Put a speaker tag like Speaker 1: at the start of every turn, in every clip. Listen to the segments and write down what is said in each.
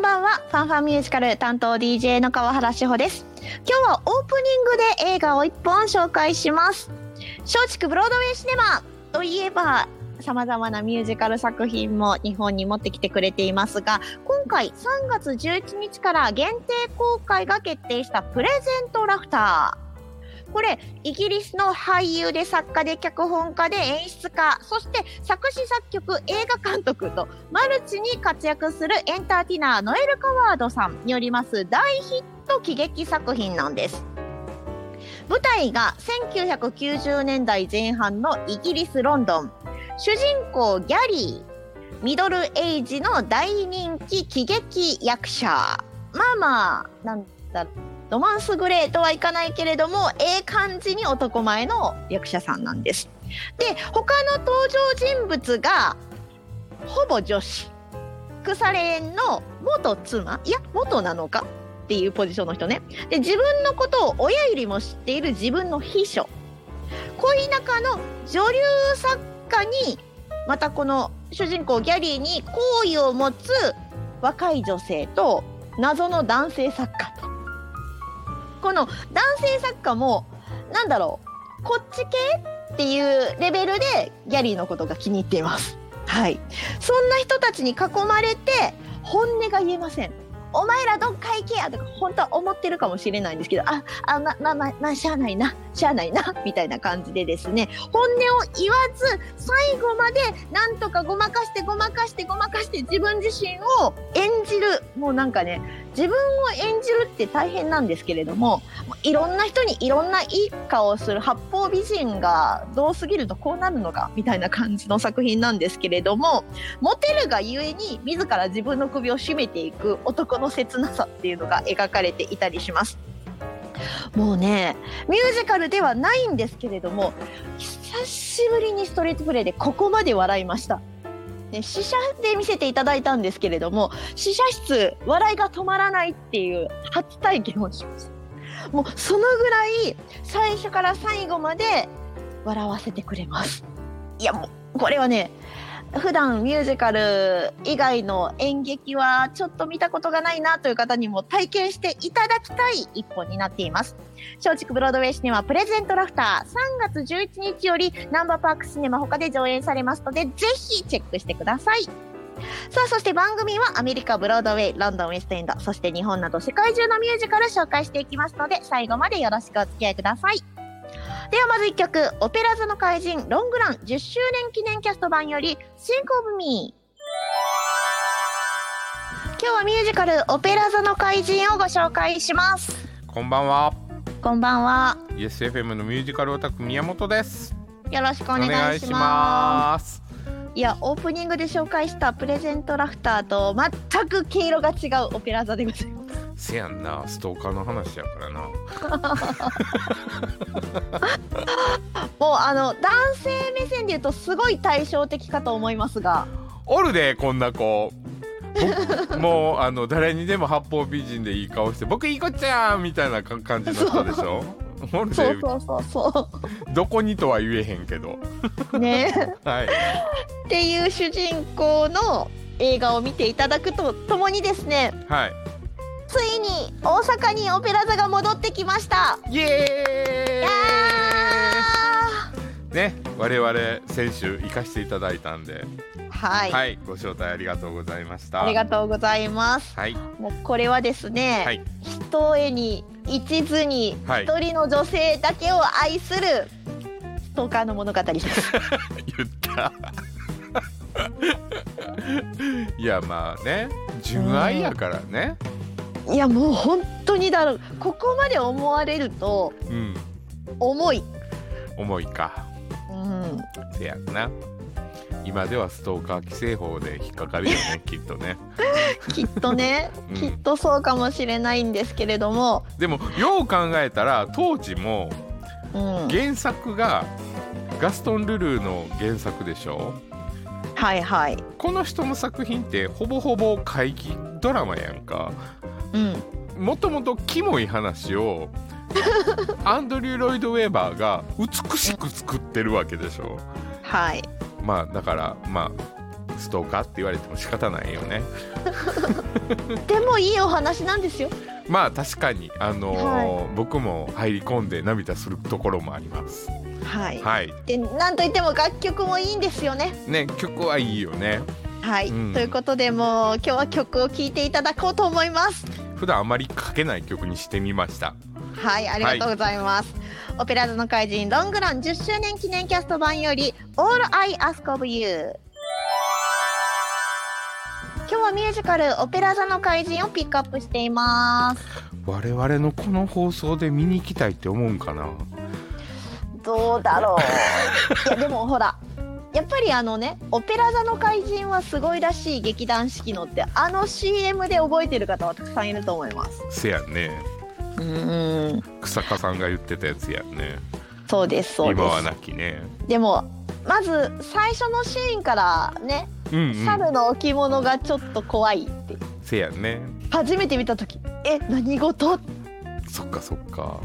Speaker 1: ばんはファンファンミュージカル担当 DJ の川原志保です今日はオープニングで映画を一本紹介します松竹ブロードウェイシネマといえばさまざまなミュージカル作品も日本に持ってきてくれていますが今回3月11日から限定公開が決定した「プレゼントラフター」これイギリスの俳優で作家で脚本家で演出家そして作詞作曲映画監督とマルチに活躍するエンターテイナーノエル・カワードさんによります大ヒット喜劇作品なんです。舞台が1990年代前半のイギリス・ロンドン主人公ギャリーミドルエイジの大人気喜劇役者まあまあなんだロマンスグレーとはいかないけれどもええ感じに男前の役者さんなんです。で他の登場人物がほぼ女子腐れ縁の元妻いや元なのかっていうポジションの人ねで自分のことを親よりも知っている自分の秘書恋仲の女流作家にまたこの主人公ギャリーに好意を持つ若い女性と謎の男性作家とこの男性作家もなんだろうこっち系っていうレベルでギャリーのことが気に入っていますはいそんな人たちに囲まれて本音が言えませんお前らどっか行けやとか本当は思ってるかもしれないんですけどああままままあしゃあないなしゃあないなみたいな感じでですね本音を言わず最後までなんとかごまかしてごまかしてごまかして自分自身を演じるもうなんかね自分を演じるって大変なんですけれどもいろんな人にいろんないい顔をする八方美人がどうすぎるとこうなるのかみたいな感じの作品なんですけれどもモテるがゆえに自ら自分の首を絞めていく男の切なさっていうのが描かれていたりしますもうねミュージカルではないんですけれども久しぶりにストレートプレイでここまで笑いました、ね、試写で見せていただいたんですけれども試写室笑いが止まらないっていう初体験をしましたもうそのぐらい最初から最後まで笑わせてくれますいやもうこれはね普段ミュージカル以外の演劇はちょっと見たことがないなという方にも体験していただきたい一本になっています松竹ブロードウェイシネマプレゼントラフター3月11日よりナンバーパークシネマ他で上演されますのでぜひチェックしてくださいさあそして番組はアメリカブロードウェイロンドンウェストエンドそして日本など世界中のミュージカル紹介していきますので最後までよろしくお付き合いくださいではまず1曲「オペラ座の怪人ロングラン10周年記念キャスト版」より「シンク・オブ・ミー」今日はミュージカル「オペラ座の怪人」をご紹介します
Speaker 2: こんばんは。
Speaker 1: こんばんは
Speaker 2: ESFM のミュージカルオタク宮本です。
Speaker 1: よろしくお
Speaker 2: お
Speaker 1: 願いしますい
Speaker 2: す。
Speaker 1: やオープニングで紹介したプレゼントラフターと全く毛色が違うオペラ座でございます
Speaker 2: せやんな、ストーカーの話やからな。
Speaker 1: もうあの男性目線で言うとすごい対照的かと思いますが
Speaker 2: おるで、こんな子。僕もうあの誰にでも八方美人でいい顔して僕いい子ちゃんみたいなか感じの人でし ょおるで
Speaker 1: そうそうそうそ
Speaker 2: どこにとは言えへんけど
Speaker 1: うねえ
Speaker 2: はい
Speaker 1: っていう主人公の映画を見ていただくとともにですね
Speaker 2: はい
Speaker 1: ついに大阪にオペラ座が戻ってきました
Speaker 2: イエ
Speaker 1: いや
Speaker 2: ーイね我々先週行かせていただいたんで
Speaker 1: ーはい、
Speaker 2: はいご招待ありがとうございました
Speaker 1: ありがとうございます
Speaker 2: はい
Speaker 1: もうこれはですね、
Speaker 2: はい
Speaker 1: ひとえに一途に
Speaker 2: はい
Speaker 1: 一人の女性だけを愛するストーカーの物語です
Speaker 2: 言った いやまあね純愛やからね
Speaker 1: いやもう本当にだろうここまで思われると
Speaker 2: うん
Speaker 1: 重い、
Speaker 2: 重いか
Speaker 1: うん、
Speaker 2: せやな今ではストーカー規制法で引っかかるよねきっとね
Speaker 1: きっとね、
Speaker 2: うん
Speaker 1: きっとそうかもしれないんですけれども、
Speaker 2: でもよう考えたら当時も
Speaker 1: うん、
Speaker 2: 原作がガストン・ルルーの原作でしょ
Speaker 1: はいはい、
Speaker 2: この人の作品ってほぼほぼ怪奇ドラマやんか
Speaker 1: うん、
Speaker 2: もともとキモい話をアンドリュー・ロイド・ウェーバーが美しく作ってるわけでしょ
Speaker 1: はい、
Speaker 2: まあだからまあストーカーって言われても仕方ないよね
Speaker 1: でもいいお話なんですよ
Speaker 2: まあ確かにあのー僕も入り込んで涙するところもあります
Speaker 1: はい、
Speaker 2: はい
Speaker 1: でなんといっても楽曲もいいんですよね
Speaker 2: ね曲はいいよね
Speaker 1: はい、
Speaker 2: うん
Speaker 1: ということでもう今日は曲を聴いていただこうと思います
Speaker 2: 普段あまり書けない曲にしてみました
Speaker 1: はいありがとうございます、オペラ座の怪人ロングラン10周年記念キャスト版より「All I Ask of You」今日はミュージカル「オペラ座の怪人」をピックアップしています
Speaker 2: 我々のこの放送で見に行きたいって思うんかな
Speaker 1: どうだろういやでもほらやっぱりあのね「オペラ座の怪人」はすごいらしい劇団四季のってあの CM で覚えてる方はたくさんいると思います
Speaker 2: せやね
Speaker 1: うん
Speaker 2: 草加さんが言ってたやつやね
Speaker 1: そうですそうです
Speaker 2: 今はなきね
Speaker 1: でもまず最初のシーンからね、
Speaker 2: うん、うん、
Speaker 1: 猿の置物がちょっと怖いって
Speaker 2: せやね
Speaker 1: 初めて見た時え何事
Speaker 2: そっかそっか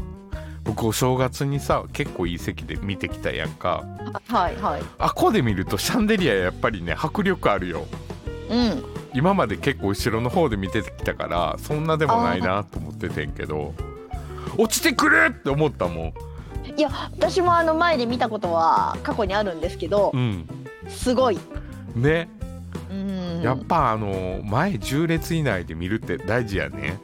Speaker 2: 僕お正月にさ結構いい席で見てきたやんか
Speaker 1: はいはい
Speaker 2: あこうで見るとシャンデリアやっぱりね迫力あるよ
Speaker 1: うん
Speaker 2: 今まで結構後ろの方で見てきたからそんなでもないなと思っててんけど落ちてくれって思ったもん
Speaker 1: いや私もあの前で見たことは過去にあるんですけど
Speaker 2: うん
Speaker 1: すごい
Speaker 2: ね
Speaker 1: うん
Speaker 2: やっぱあの前10列以内で見るって大事やね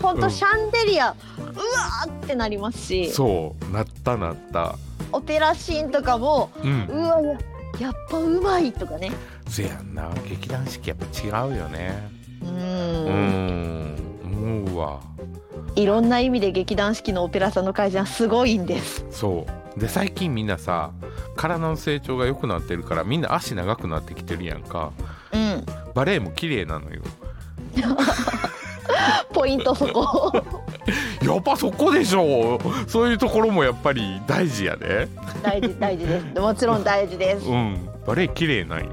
Speaker 1: ほん
Speaker 2: う
Speaker 1: と
Speaker 2: ん
Speaker 1: シャンデリア、うわーってなりますし
Speaker 2: そうなったなった
Speaker 1: オペラシーンとかも
Speaker 2: うん
Speaker 1: うわややっぱうまいとかね
Speaker 2: せやんな劇団四季やっぱ違うよね
Speaker 1: う
Speaker 2: うんん思うわ
Speaker 1: いろんな意味で劇団四季のオペラ座の怪人はすごいんです
Speaker 2: そうで最近みんなさ体の成長が良くなってるからみんな足長くなってきてるやんか
Speaker 1: うん
Speaker 2: バレエも綺麗なのよ
Speaker 1: ポイントそ こ
Speaker 2: やっぱそこでしょそういうところもやっぱり大事やで
Speaker 1: 大事大事ですもちろん大事です
Speaker 2: うんバレエ綺麗なんよ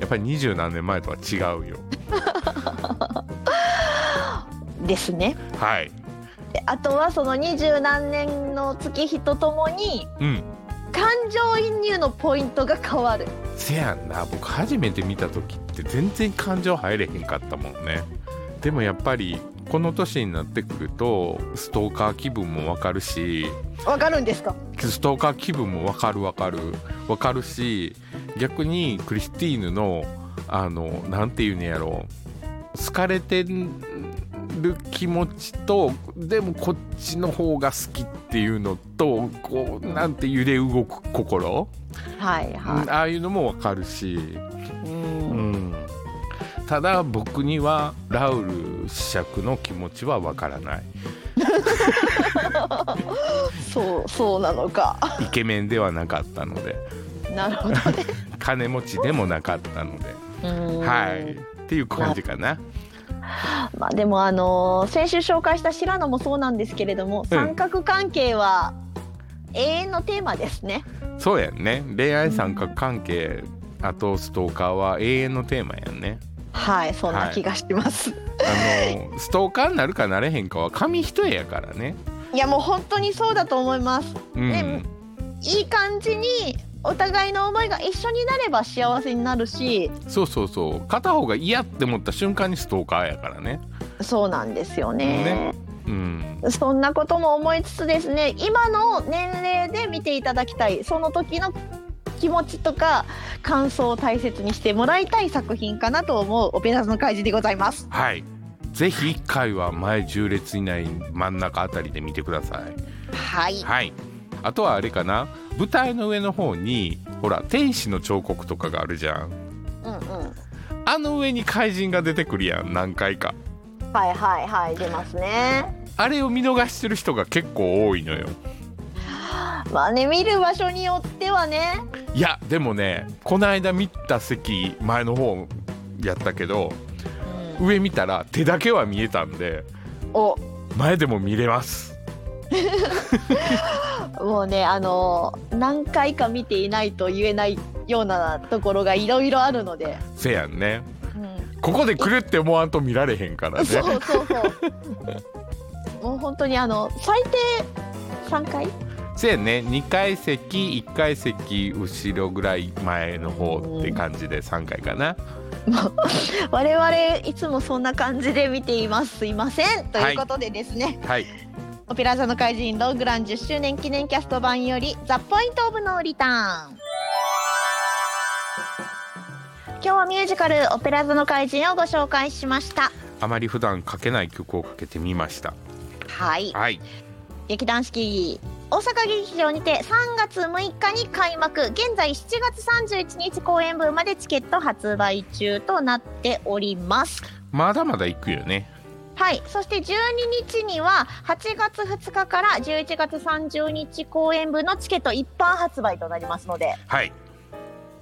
Speaker 2: やっぱり二十何年前とは違うよ
Speaker 1: ですね
Speaker 2: はい
Speaker 1: であとはその二十何年の月日とともに
Speaker 2: うん
Speaker 1: 感情移入のポイントが変わる
Speaker 2: せやんな僕初めて見た時って全然感情入れへんかったもんねでもやっぱりこの年になってくるとストーカー気分もわかるし
Speaker 1: わかるんですか
Speaker 2: ストーカー気分もわかるわかるわかるし逆にクリスティーヌのあのなんていうんやろ好かれてる気持ちとでもこっちの方が好きっていうのとこうなんて揺れ動く心、
Speaker 1: はいはい
Speaker 2: ああいうのもわかるし、
Speaker 1: う
Speaker 2: うんん、ただ僕にはラウル子爵の気持ちはわからない
Speaker 1: そうそうなのか
Speaker 2: イケメンではなかったので
Speaker 1: なる ほどね
Speaker 2: 金持ちでもなかったので。
Speaker 1: うん
Speaker 2: はい。っていう感じかな。
Speaker 1: まあでもあのー先週紹介した白野もそうなんですけれども三角関係は永遠のテーマですね
Speaker 2: そうやんね。恋愛三角関係、あとストーカーは永遠のテーマやんね。
Speaker 1: はいそんな気がします、
Speaker 2: あ のストーカーになるかなれへんかは紙一重やからね。
Speaker 1: い、やもう本当にそうだと思います
Speaker 2: うん。
Speaker 1: ねいい感じにお互いの思いが一緒になれば幸せになるし
Speaker 2: そうそうそう。片方が嫌って思った瞬間にストーカーやからね。
Speaker 1: そうなんですよね
Speaker 2: ね。うん。
Speaker 1: そんなことも思いつつですね今の年齢で見ていただきたいその時の気持ちとか感想を大切にしてもらいたい作品かなと思うオペラ座の開示でございます
Speaker 2: はい。ぜひ一回は前10列以内真ん中あたりで見てください。
Speaker 1: はい
Speaker 2: はい。あとはあれかな舞台の上の方にほら天使の彫刻とかがあるじゃん。
Speaker 1: うんうん
Speaker 2: あの上に怪人が出てくるやん何回か
Speaker 1: はいはいはい出ますね
Speaker 2: あれを見逃してる人が結構多いのよ
Speaker 1: まあね見る場所によってはね
Speaker 2: いやでもねこの間見た席前の方やったけど上見たら手だけは見えたんで
Speaker 1: お
Speaker 2: 前でも見れます
Speaker 1: もうねあの何回か見ていないと言えないようなところがいろいろあるので、
Speaker 2: せやんね
Speaker 1: うん
Speaker 2: ここで来るって思わんと見られへんか ら
Speaker 1: そ
Speaker 2: ね
Speaker 1: うそうそうもう本当にあの最低3回
Speaker 2: そうやね2階席1階席後ろぐらい前の方って感じで3階かな、
Speaker 1: 我々いつもそんな感じで見ていますすいませんということでですね、
Speaker 2: はい
Speaker 1: オペラ座の怪人ロングラン10周年記念キャスト版より「ザ・ポイント・オブ・ノーリターン」今日はミュージカル「オペラ座の怪人」をご紹介しました
Speaker 2: あまり普段かけない曲をかけてみました
Speaker 1: はい
Speaker 2: はい
Speaker 1: 劇団四季大阪劇場にて3月6日に開幕現在7月31日公演分までチケット発売中となっております
Speaker 2: まだまだ行くよね
Speaker 1: はい、そして12日には8月2日から11月30日公演分のチケット一般発売となりますので
Speaker 2: はい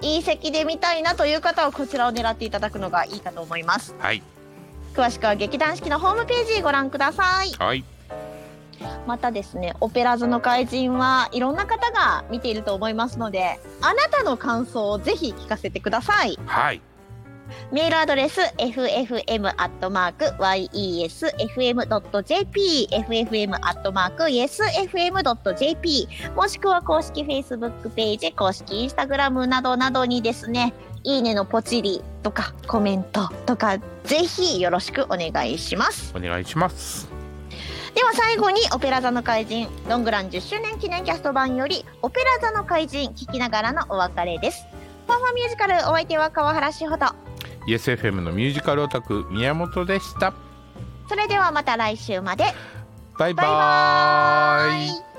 Speaker 1: いい席で見たいなという方はこちらを狙っていただくのがいいかと思います
Speaker 2: はい
Speaker 1: 詳しくは劇団四季のホームページご覧ください
Speaker 2: はい
Speaker 1: またですね「オペラ座の怪人」はいろんな方が見ていると思いますのであなたの感想をぜひ聞かせてください
Speaker 2: はい
Speaker 1: メールアドレス ffm.yesfm.jp ffm.yesfm.jp もしくは公式 Facebook ページ公式 Instagram などなどにですねいいねのポチリとかコメントとかぜひよろしくお願いします
Speaker 2: お願いします
Speaker 1: では最後に「オペラ座の怪人」ロングラン10周年記念キャスト版より「オペラ座の怪人」聞きながらのお別れですファンファンミュージカルお相手は川原志保と
Speaker 2: YesFM のミュージカルオタク宮本でした
Speaker 1: それではまた来週まで
Speaker 2: バイバ
Speaker 1: バイバ
Speaker 2: ーイ
Speaker 1: イ